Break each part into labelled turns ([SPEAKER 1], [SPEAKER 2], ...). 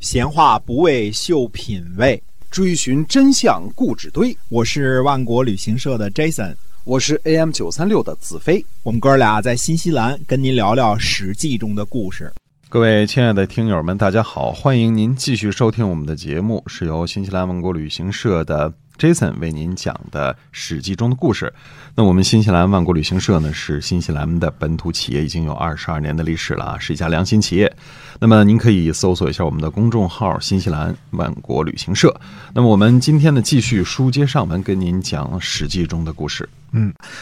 [SPEAKER 1] 闲话不为秀品味，
[SPEAKER 2] 追寻真相故纸堆。
[SPEAKER 1] 我是万国旅行社的 Jason，
[SPEAKER 2] 我是 AM 九三六的子飞。
[SPEAKER 1] 我们哥俩在新西兰跟您聊聊《史记》中的故事。
[SPEAKER 3] 各位亲爱的听友们，大家好！欢迎您继续收听我们的节目，是由新西兰万国旅行社的 Jason 为您讲的《史记》中的故事。那我们新西兰万国旅行社呢，是新西兰的本土企业，已经有二十二年的历史了啊，是一家良心企业。那么您可以搜索一下我们的公众号“新西兰万国旅行社”。那么我们今天呢，继续书接上文，跟您讲《史记》中的故事。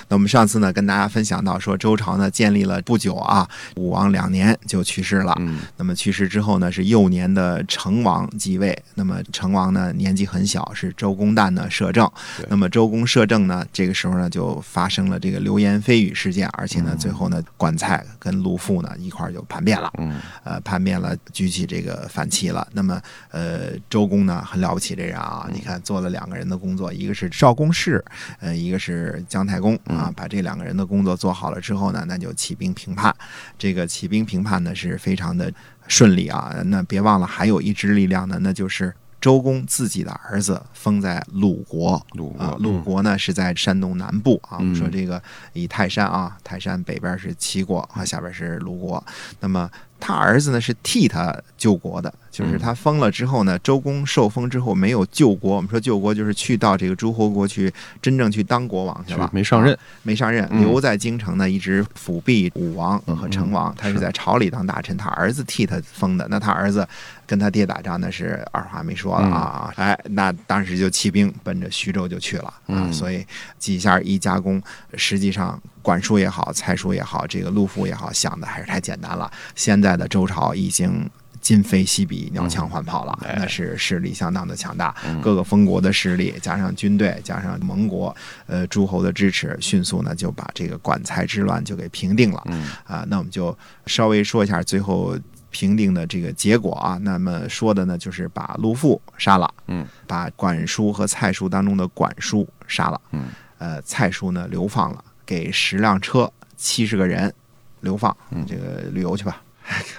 [SPEAKER 1] 那我们上次呢跟大家分享到说，周朝呢建立了不久啊，武王两年就去世了。
[SPEAKER 3] 嗯，
[SPEAKER 1] 那么去世之后呢，是幼年的成王继位。那么成王呢年纪很小，是周公旦呢摄政
[SPEAKER 3] 对。
[SPEAKER 1] 那么周公摄政呢，这个时候呢就发生了这个流言蜚语事件，而且呢最后呢管蔡跟陆父呢一块儿就叛变了。
[SPEAKER 3] 嗯，
[SPEAKER 1] 呃，叛变了，举起这个反旗了。那么呃，周公呢很了不起这人啊，
[SPEAKER 3] 嗯
[SPEAKER 1] 你看做了两个人的工作，一个是少公事，呃，一个是姜太公
[SPEAKER 3] 嗯
[SPEAKER 1] 啊，把这两个人的工作做好了之后呢，那就起兵平叛。这个起兵平叛呢是非常的顺利啊。那别忘了还有一支力量呢，那就是周公自己的儿子封在鲁国。
[SPEAKER 3] 鲁
[SPEAKER 1] 啊，
[SPEAKER 3] 鲁
[SPEAKER 1] 鲁国呢是在山东南部啊。我们说
[SPEAKER 3] 嗯
[SPEAKER 1] 这个以泰山啊，泰山北边是齐国啊，下边是鲁国。那么他儿子呢是替他救国的，就是
[SPEAKER 3] 嗯
[SPEAKER 1] 他封了之后呢，周公受封之后没有救国。我们说救国就是去到这个诸侯国去真正去当国王去了，
[SPEAKER 3] 没上任
[SPEAKER 1] 啊，没上任，
[SPEAKER 3] 嗯
[SPEAKER 1] 留在京城呢，一直辅弼武王和成王，他是
[SPEAKER 3] 是
[SPEAKER 1] 在朝里当大臣，他儿子替他封的。那他儿子跟他爹打仗，那是二话没说了
[SPEAKER 3] 嗯
[SPEAKER 1] 啊！哎，那当时就起兵奔着徐州就去了啊。
[SPEAKER 3] 嗯
[SPEAKER 1] 所以几下一加工，实际上管叔也好，蔡叔也好，这个陆父也好，想的还是太简单了。现在的周朝已经。今非昔比，鸟枪换炮了，
[SPEAKER 3] 哎
[SPEAKER 1] 那是势力相当的强大，
[SPEAKER 3] 嗯
[SPEAKER 1] 各个封国的实力，加上军队，加上盟国，呃，诸侯的支持，迅速呢就把这个管蔡之乱就给平定了。
[SPEAKER 3] 嗯
[SPEAKER 1] 啊，那我们就稍微说一下最后评定的这个结果啊。那么说的呢，就是把陆父杀了，
[SPEAKER 3] 嗯，
[SPEAKER 1] 把管叔和蔡叔当中的管叔杀了，
[SPEAKER 3] 嗯，
[SPEAKER 1] 呃，蔡叔呢流放了，给十辆车、七十个人流放，
[SPEAKER 3] 嗯
[SPEAKER 1] 这个旅游去吧。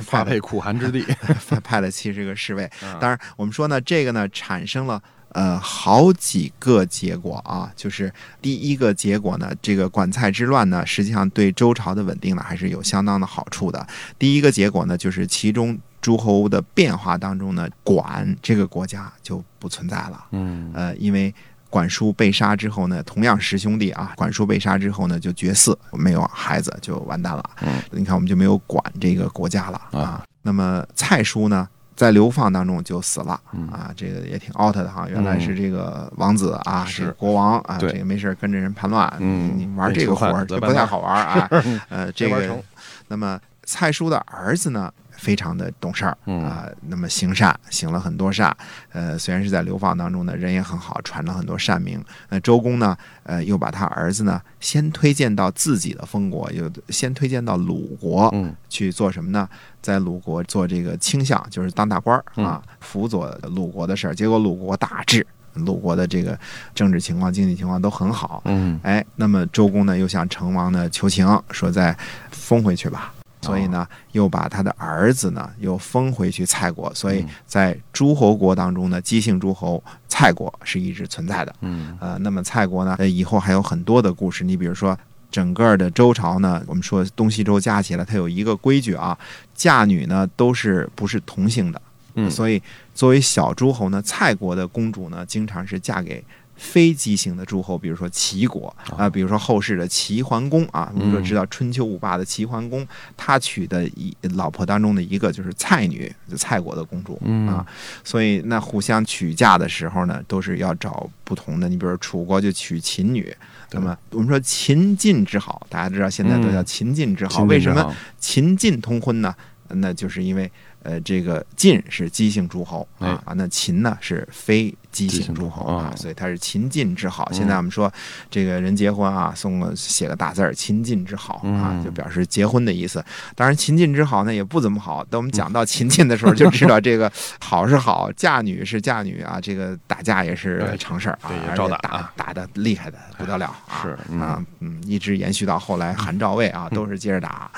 [SPEAKER 3] 发配苦寒之地。
[SPEAKER 1] 派派了七十个侍卫。
[SPEAKER 3] 嗯
[SPEAKER 1] 当然，我们说呢，这个呢产生了。呃，好几个结果啊，就是第一个结果呢，这个管蔡之乱呢，实际上对周朝的稳定呢还是有相当的好处的。第一个结果呢，就是其中诸侯的变化当中呢，管这个国家就不存在了。
[SPEAKER 3] 嗯
[SPEAKER 1] 呃，因为管叔被杀之后呢，同样十兄弟啊，管叔被杀之后呢，就绝嗣，没有孩子就完蛋了。
[SPEAKER 3] 嗯
[SPEAKER 1] 你看我们就没有管这个国家了
[SPEAKER 3] 啊
[SPEAKER 1] 啊。那么蔡叔呢，在流放当中就死了
[SPEAKER 3] 嗯
[SPEAKER 1] 啊，这个也挺 out 的哈。原来是这个王子啊，
[SPEAKER 3] 是
[SPEAKER 1] 这个国王啊，
[SPEAKER 3] 对
[SPEAKER 1] 这个没事儿跟着人叛乱，
[SPEAKER 3] 嗯
[SPEAKER 1] 你玩这个活儿
[SPEAKER 3] 别
[SPEAKER 1] 就
[SPEAKER 3] 吃饭
[SPEAKER 1] 不太好玩儿 啊。呃，这
[SPEAKER 3] 没玩
[SPEAKER 1] 个
[SPEAKER 3] 成，
[SPEAKER 1] 那么蔡叔的儿子呢，非常的懂事儿。
[SPEAKER 3] 嗯
[SPEAKER 1] 啊、那么行善，行了很多善，呃，虽然是在流放当中呢，人也很好，传了很多善名。那周公呢，呃，又把他儿子呢，先推荐到自己的封国，又先推荐到鲁国
[SPEAKER 3] 嗯
[SPEAKER 1] 去做什么呢？在鲁国做这个卿相，就是当大官儿
[SPEAKER 3] 嗯
[SPEAKER 1] 啊，辅佐鲁国的事儿。结果鲁国大治，鲁国的这个政治情况、经济情况都很好，
[SPEAKER 3] 嗯
[SPEAKER 1] 哎，那么周公呢又向成王呢求情，说再封回去吧。
[SPEAKER 3] 哦
[SPEAKER 1] 所以呢，又把他的儿子呢又封回去蔡国。所以
[SPEAKER 3] 嗯
[SPEAKER 1] 在诸侯国当中呢，姬姓诸侯蔡国是一直存在的。
[SPEAKER 3] 嗯
[SPEAKER 1] 呃，那么蔡国呢，呃，以后还有很多的故事。你比如说，整个的周朝呢，我们说东西周加起来，它有一个规矩啊，嫁女呢都是不是同姓的。
[SPEAKER 3] 嗯
[SPEAKER 1] 所以作为小诸侯呢，蔡国的公主呢，经常是嫁给。非姬姓的诸侯，比如说齐国啊、比如说后世的齐桓公啊，我们说
[SPEAKER 3] 哦嗯
[SPEAKER 1] 知道春秋五霸的齐桓公，他娶的一老婆当中的一个就是蔡女，就蔡国的公主。
[SPEAKER 3] 嗯
[SPEAKER 1] 啊所以那互相娶嫁的时候呢，都是要找不同的。你比如楚国就娶秦女，那
[SPEAKER 3] 对
[SPEAKER 1] 么我们说秦晋之好，大家知道现在都叫
[SPEAKER 3] 嗯
[SPEAKER 1] 秦晋之好，
[SPEAKER 3] 秦晋
[SPEAKER 1] 为什
[SPEAKER 3] 之
[SPEAKER 1] 么
[SPEAKER 3] 好
[SPEAKER 1] 秦晋通婚呢？那就是因为呃，这个晋是姬姓诸侯
[SPEAKER 3] 哎
[SPEAKER 1] 啊，那秦呢是非姬
[SPEAKER 3] 姬
[SPEAKER 1] 姓
[SPEAKER 3] 姓
[SPEAKER 1] 诸
[SPEAKER 3] 诸
[SPEAKER 1] 侯
[SPEAKER 3] 侯
[SPEAKER 1] 啊，
[SPEAKER 3] 哦
[SPEAKER 1] 所以它是秦晋之好。
[SPEAKER 3] 嗯
[SPEAKER 1] 现在我们说这个人结婚啊，送个写个大字儿“秦晋之好”啊，
[SPEAKER 3] 嗯
[SPEAKER 1] 就表示结婚的意思。当然，秦晋之好呢也不怎么好。等我们
[SPEAKER 3] 嗯
[SPEAKER 1] 讲到秦晋的时候，就知道这个好是好，嫁女是嫁女啊，这个打架也是
[SPEAKER 3] 对
[SPEAKER 1] 常事儿啊
[SPEAKER 3] 对，也
[SPEAKER 1] 而
[SPEAKER 3] 照
[SPEAKER 1] 且
[SPEAKER 3] 打
[SPEAKER 1] 打
[SPEAKER 3] 啊
[SPEAKER 1] 打的厉害的不得了啊。
[SPEAKER 3] 是嗯嗯
[SPEAKER 1] 啊，嗯，一直延续到后来韩赵魏啊，都是接着打，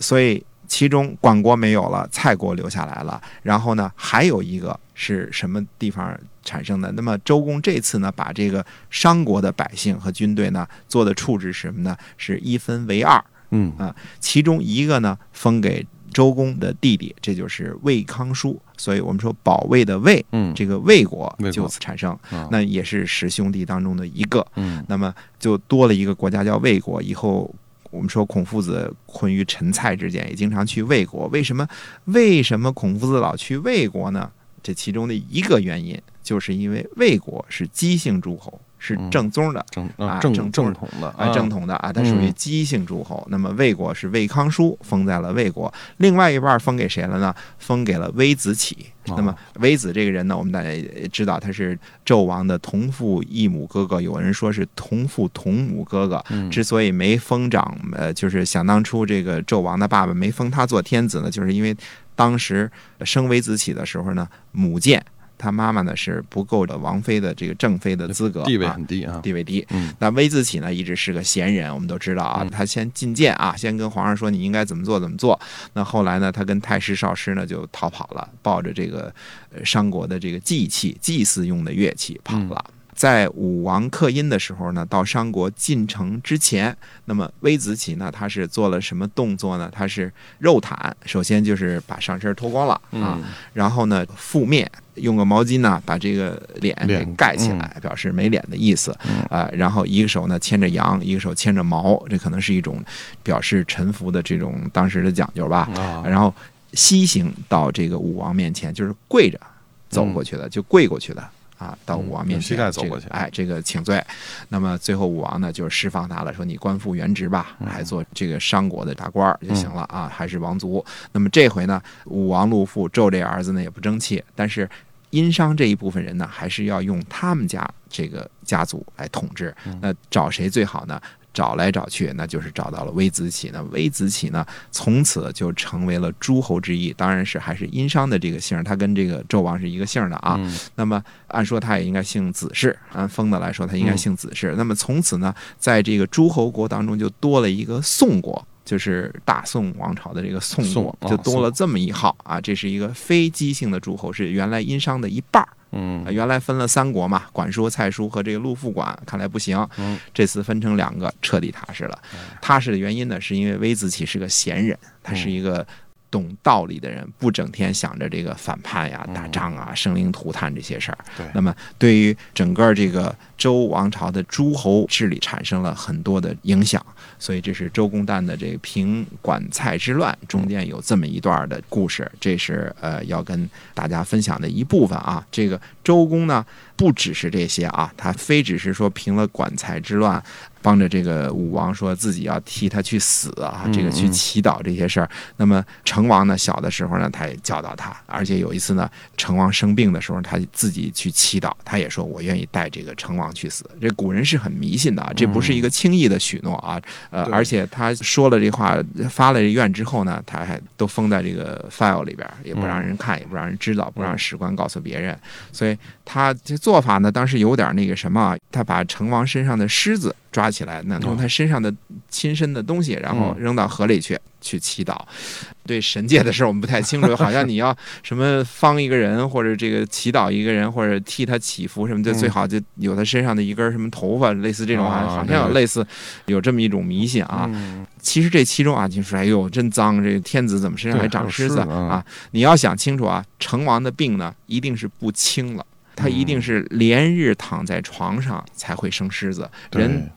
[SPEAKER 1] 所以其中管国没有了，蔡国留下来了，然后呢，还有一个是什么地方产生的？那么周公这次呢，把这个商国的百姓和军队呢做的处置是什么呢？是一分为二，
[SPEAKER 3] 嗯
[SPEAKER 1] 其中一个呢封给周公的弟弟，这就是魏康叔，所以我们说保卫的魏，
[SPEAKER 3] 嗯
[SPEAKER 1] 这个魏国
[SPEAKER 3] 魏国
[SPEAKER 1] 就此产生
[SPEAKER 3] 啊，
[SPEAKER 1] 那也是十兄弟当中的一个。
[SPEAKER 3] 嗯
[SPEAKER 1] 那么就多了一个国家叫魏国。以后我们说孔夫子困于陈蔡之间，也经常去魏国。为什么？为什么孔夫子老去魏国呢？这其中的一个原因，就是因为魏国是姬姓诸侯，是
[SPEAKER 3] 嗯
[SPEAKER 1] 正宗的。
[SPEAKER 3] 正
[SPEAKER 1] 啊
[SPEAKER 3] 正
[SPEAKER 1] 正
[SPEAKER 3] 正统的
[SPEAKER 1] 啊，正统的啊，它属于
[SPEAKER 3] 嗯
[SPEAKER 1] 姬姓诸侯。那么魏国是魏康叔封在了魏国，另外一半儿封给谁了呢？封给了微子启。
[SPEAKER 3] 哦
[SPEAKER 1] 那么微子这个人呢，我们大家也知道他是纣王的同父异母哥哥，有人说是同父同母哥哥。
[SPEAKER 3] 嗯
[SPEAKER 1] 之所以没封长，呃，就是想当初这个纣王的爸爸没封他做天子呢，就是因为当时生微子启的时候呢，母贱。他妈妈呢是不够的王妃的这个正妃的资格，
[SPEAKER 3] 地位
[SPEAKER 1] 啊
[SPEAKER 3] 很低啊，
[SPEAKER 1] 地位低。
[SPEAKER 3] 嗯
[SPEAKER 1] 那微子启呢，一直是个贤人，我们都知道啊
[SPEAKER 3] 嗯，
[SPEAKER 1] 他先进谏啊，先跟皇上说你应该怎么做怎么做。那后来呢，他跟太师、少师呢就逃跑了，抱着这个呃商国的这个祭器、祭祀用的乐器跑
[SPEAKER 3] 嗯
[SPEAKER 1] 了。在武王克殷的时候呢，到商国进城之前，那么微子启呢，他是做了什么动作呢？他是肉袒，首先就是把上身脱光了啊，
[SPEAKER 3] 嗯
[SPEAKER 1] 然后呢覆面，用个毛巾呢把这个脸给
[SPEAKER 3] 脸嗯
[SPEAKER 1] 盖起来，表示没脸的意思啊、然后一个手呢牵着羊，一个手牵着毛，这可能是一种表示臣服的这种当时的讲究吧。
[SPEAKER 3] 啊，
[SPEAKER 1] 然后西行到这个武王面前，就是跪着走过去的，就跪过去的。啊，到武王面前，
[SPEAKER 3] 嗯用膝盖走过去
[SPEAKER 1] 这个哎，这个请罪。那么最后武王呢，就是释放他了，说你官复原职吧，
[SPEAKER 3] 嗯
[SPEAKER 1] 还做这个商国的大官儿就行了啊，还是王族。那么这回呢，武王陆父纣这儿子呢也不争气，但是殷商这一部分人呢，还是要用他们家这个家族来统治。那找谁最好呢？找来找去，那就是找到了微子启。那微子启呢，从此就成为了诸侯之一，当然是还是殷商的这个姓儿，他跟这个纣王是一个姓儿的啊。
[SPEAKER 3] 嗯
[SPEAKER 1] 那么按说他也应该姓子氏，按封的来说，他应该姓子氏。那么从此呢，在这个诸侯国当中就多了一个宋国。就是大宋王朝的这个宋
[SPEAKER 3] 宋
[SPEAKER 1] 国，
[SPEAKER 3] 啊
[SPEAKER 1] 就多了这么一号啊，这是一个非姬姓的诸侯，是原来殷商的一半儿。
[SPEAKER 3] 嗯
[SPEAKER 1] 呃原来分了三国嘛，管叔、蔡叔和这个陆父管，看来不行
[SPEAKER 3] 嗯，
[SPEAKER 1] 这次分成两个，彻底踏实了。踏实的原因呢，是因为微子启是个贤人，他
[SPEAKER 3] 嗯
[SPEAKER 1] 是一个懂道理的人，不整天想着这个反叛呀、打仗啊、生灵涂炭这些事儿
[SPEAKER 3] 嗯对。
[SPEAKER 1] 那么，对于整个这个周王朝的诸侯治理产生了很多的影响，所以这是周公旦的这个平管蔡之乱中间有这么一段的故事，这是呃要跟大家分享的一部分啊。这个周公呢，不只是这些啊，他非只是说平了管蔡之乱，帮着这个武王说自己要替他去死啊，这个去祈祷这些事儿。那么成王呢，小的时候呢，他也教导他，而且有一次呢，成王生病的时候，他自己去祈祷，他也说我愿意带这个成王去死。这古人是很迷信的啊，这不是一个轻易的许诺啊，呃，
[SPEAKER 3] 对
[SPEAKER 1] 而且他说了这话，发了这愿之后呢，他还都封在这个 file 里边儿，也不让人看，也不让人知道，不让史官告诉别人。所以他这做法呢，当时有点那个什么啊，他把成王身上的狮子抓起来，那从他身上的亲身的东西，然后扔到河里去。去祈祷，对神界的事儿我们不太清楚，好像你要什么方一个人，或者这个祈祷一个人，或者替他祈福什么的，
[SPEAKER 3] 嗯
[SPEAKER 1] 最好就有他身上的一根什么头发，类似这种啊，
[SPEAKER 3] 啊
[SPEAKER 1] 好
[SPEAKER 3] 对
[SPEAKER 1] 像有
[SPEAKER 3] 对
[SPEAKER 1] 类似有这么一种迷信啊。
[SPEAKER 3] 嗯
[SPEAKER 1] 其实这其中啊，你说哎呦真脏，这天子怎么身上
[SPEAKER 3] 对
[SPEAKER 1] 还长虱子
[SPEAKER 3] 还有虱子啊
[SPEAKER 1] 啊？你要想清楚啊，成王的病呢，一定是不轻了。他一定是
[SPEAKER 3] 嗯
[SPEAKER 1] 连日躺在床上才会生虱子，
[SPEAKER 3] 对
[SPEAKER 1] 人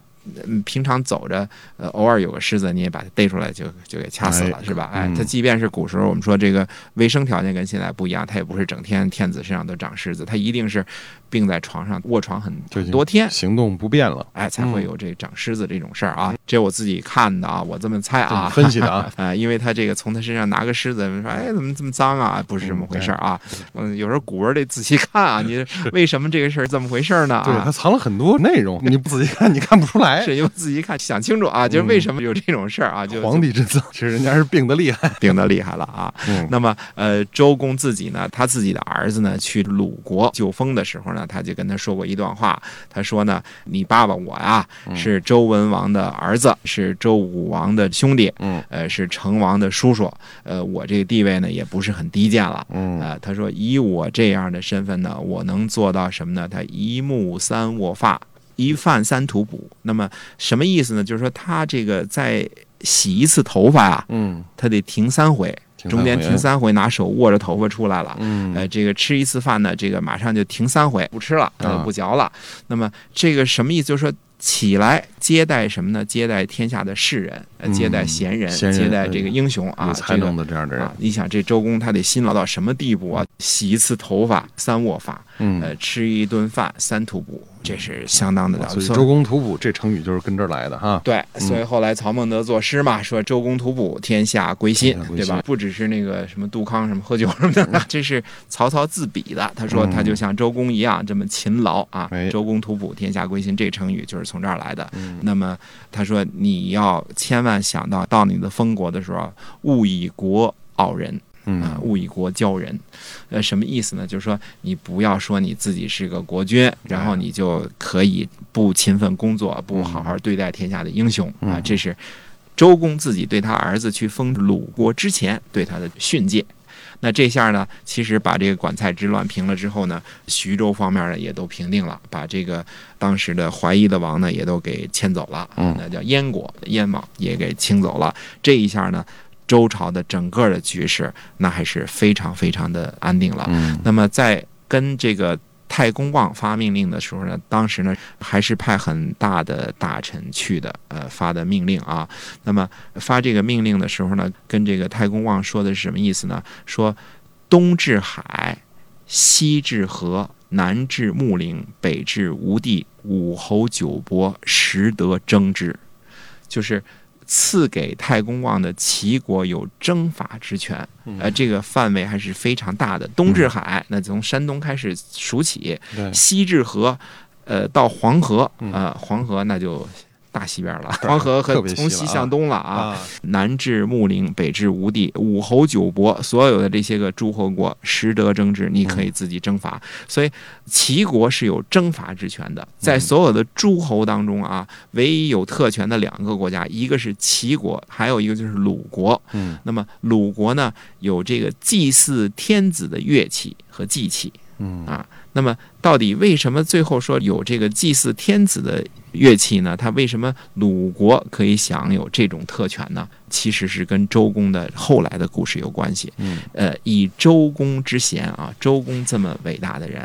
[SPEAKER 1] 嗯平常走着，呃，偶尔有个虱子，你也把它逮出来就就给掐死了，
[SPEAKER 3] 哎
[SPEAKER 1] 是吧？
[SPEAKER 3] 嗯
[SPEAKER 1] 哎，他即便是古时候，我们说这个卫生条件跟现在不一样，他也不是整天天子身上都长虱子，他一定是病在床上卧床很
[SPEAKER 3] 就已经
[SPEAKER 1] 多天，
[SPEAKER 3] 行动不便了，
[SPEAKER 1] 哎，才会有这长虱子这种事儿啊。这我自己看的啊，我这么猜
[SPEAKER 3] 这
[SPEAKER 1] 啊
[SPEAKER 3] 么，分析的 啊，
[SPEAKER 1] 啊，因为他这个从他身上拿个狮子，说哎，怎么这么脏啊？不是这么回事儿啊。嗯，有时候古人得仔细看啊，你为什么这个事儿这么回事儿呢？
[SPEAKER 3] 对
[SPEAKER 1] 啊
[SPEAKER 3] 它，藏了很多内容，你不仔细看你看不出来来
[SPEAKER 1] 是因为自己看想清楚啊，就是为什么有这种事儿啊，就
[SPEAKER 3] 嗯皇帝之丧，其实人家是病得厉害。
[SPEAKER 1] 病得厉害了啊。
[SPEAKER 3] 嗯
[SPEAKER 1] 那么，呃，周公自己呢，他自己的儿子呢，去鲁国救封的时候呢，他就跟他说过一段话，他说呢，你爸爸我呀、
[SPEAKER 3] 嗯
[SPEAKER 1] 是周文王的儿子，是周武王的兄弟，
[SPEAKER 3] 嗯
[SPEAKER 1] 呃，是成王的叔叔，呃，我这个地位呢也不是很低贱了。
[SPEAKER 3] 嗯
[SPEAKER 1] 啊，他说以我这样的身份呢，我能做到什么呢？他一目三握发，一饭三吐哺。那么什么意思呢？就是说他这个在洗一次头发啊，
[SPEAKER 3] 嗯，
[SPEAKER 1] 他得停三回，
[SPEAKER 3] 停三
[SPEAKER 1] 中间
[SPEAKER 3] 回啊
[SPEAKER 1] 停三回，拿手握着头发出来了。
[SPEAKER 3] 嗯
[SPEAKER 1] 呃，这个吃一次饭呢，这个马上就停三回，不吃了，呃
[SPEAKER 3] 啊
[SPEAKER 1] 不嚼了。那么这个什么意思？就是说起来接待什么呢？接待天下的士人，呃接待
[SPEAKER 3] 嗯
[SPEAKER 1] 贤人，
[SPEAKER 3] 贤人嗯
[SPEAKER 1] 接待这个英雄啊，
[SPEAKER 3] 有
[SPEAKER 1] 这
[SPEAKER 3] 才
[SPEAKER 1] 个
[SPEAKER 3] 能的这样的人
[SPEAKER 1] 啊，，你想这周公他得辛劳到什么地步啊？洗一次头发三握发，
[SPEAKER 3] 嗯，
[SPEAKER 1] 呃，吃一顿饭三吐哺，这是相当的了不啊
[SPEAKER 3] 所以
[SPEAKER 1] 起。
[SPEAKER 3] 周公吐嗯哺这成语就是跟这儿来的哈。
[SPEAKER 1] 对，所以后来曹孟德作诗嘛，说周公吐哺，天下归心
[SPEAKER 3] 天下，归
[SPEAKER 1] 对吧
[SPEAKER 3] 心？嗯
[SPEAKER 1] 不只是那个什么杜康什么喝酒什么的，这是曹操自比的。他说他就像周公一样这么勤劳啊
[SPEAKER 3] 哎，嗯
[SPEAKER 1] 周公吐哺，天下归心，这成语就是从这儿来的。那么他说你要千万想到到你的封国的时候，勿以国傲人。啊，
[SPEAKER 3] 嗯
[SPEAKER 1] 勿以国骄人，呃，什么意思呢？就是说你不要说你自己是个国君，然后你就可以不勤奋工作，不好好对待天下的英雄啊，这是周公自己对他儿子去封鲁国之前对他的训诫。那这下呢，其实把这个管蔡之乱平了之后呢，徐州方面呢也都平定了，把这个当时的怀疑的王呢也都给迁走了，
[SPEAKER 3] 嗯
[SPEAKER 1] 那叫燕国燕王也给清走了。这一下呢，周朝的整个的局势那还是非常非常的安定了。
[SPEAKER 3] 嗯
[SPEAKER 1] 啊那么在跟这个太公望发命令的时候呢，当时呢还是派很大的大臣去的，呃，发的命令啊。那么发这个命令的时候呢，跟这个太公望说的是什么意思呢？说东至海，西至河，南至穆陵，北至吴地，五侯九伯，实得争之。就是赐给太公望的齐国有征伐之权，
[SPEAKER 3] 嗯
[SPEAKER 1] 呃，这个范围还是非常大的。东至海，那从山东开始数起，
[SPEAKER 3] 对，
[SPEAKER 1] 西至河，呃，到黄河，
[SPEAKER 3] 嗯
[SPEAKER 1] 呃，黄河那就大西边了，黄河和
[SPEAKER 3] 特别西
[SPEAKER 1] 从
[SPEAKER 3] 了
[SPEAKER 1] 西
[SPEAKER 3] 啊
[SPEAKER 1] 向东了啊。，南至穆陵，北至吴地，五侯九伯，所有的这些个诸侯国，实得争之，你
[SPEAKER 3] 嗯
[SPEAKER 1] 可以自己征伐。所以齐国是有征伐之权的，在
[SPEAKER 3] 嗯
[SPEAKER 1] 所有的诸侯当中啊，唯一有特权的两个国家，一个是齐国，还有一个就是鲁国。
[SPEAKER 3] 嗯，
[SPEAKER 1] 那么鲁国呢，有这个祭祀天子的乐器和祭器。
[SPEAKER 3] 嗯
[SPEAKER 1] 啊，那么到底为什么最后说有这个祭祀天子的乐器呢？它为什么鲁国可以享有这种特权呢？其实是跟周公的后来的故事有关系。
[SPEAKER 3] 嗯，
[SPEAKER 1] 呃，以周公之贤啊，周公这么伟大的人，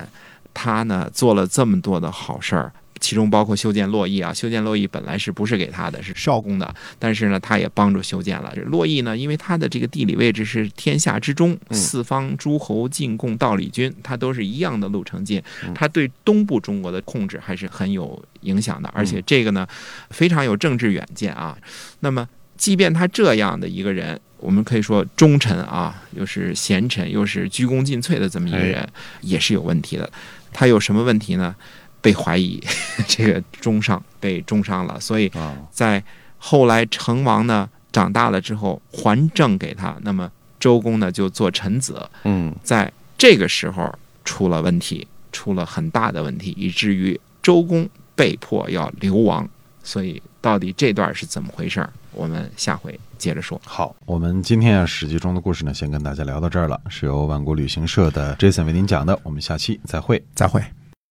[SPEAKER 1] 他呢做了这么多的好事儿。其中包括修建洛邑啊，修建洛邑本来是不是给他的，是少公的，但是呢，他也帮助修建了。这洛邑呢，因为它的这个地理位置是天下之中，
[SPEAKER 3] 嗯
[SPEAKER 1] 四方诸侯进贡道理均，它都是一样的路程进，它对东部中国的控制还是很有影响的。而且这个呢，非常有政治远见啊。那么，即便他这样的一个人。我们可以说忠臣啊，又是贤臣，又是鞠躬尽瘁的这么一个人，也是有问题的。他有什么问题呢？被怀疑， 这个中伤被中伤了，所以
[SPEAKER 3] 啊，
[SPEAKER 1] 在后来成王呢长大了之后还政给他，那么周公呢就做臣子，
[SPEAKER 3] 嗯
[SPEAKER 1] 在这个时候出了问题，出了很大的问题，以至于周公被迫要流亡。所以到底这段是怎么回事儿？我们下回接着说。
[SPEAKER 3] 好，我们今天啊《史记》中的故事呢，先跟大家聊到这儿了，是由万国旅行社的 Jason 为您讲的，我们下期再会。
[SPEAKER 1] 再会。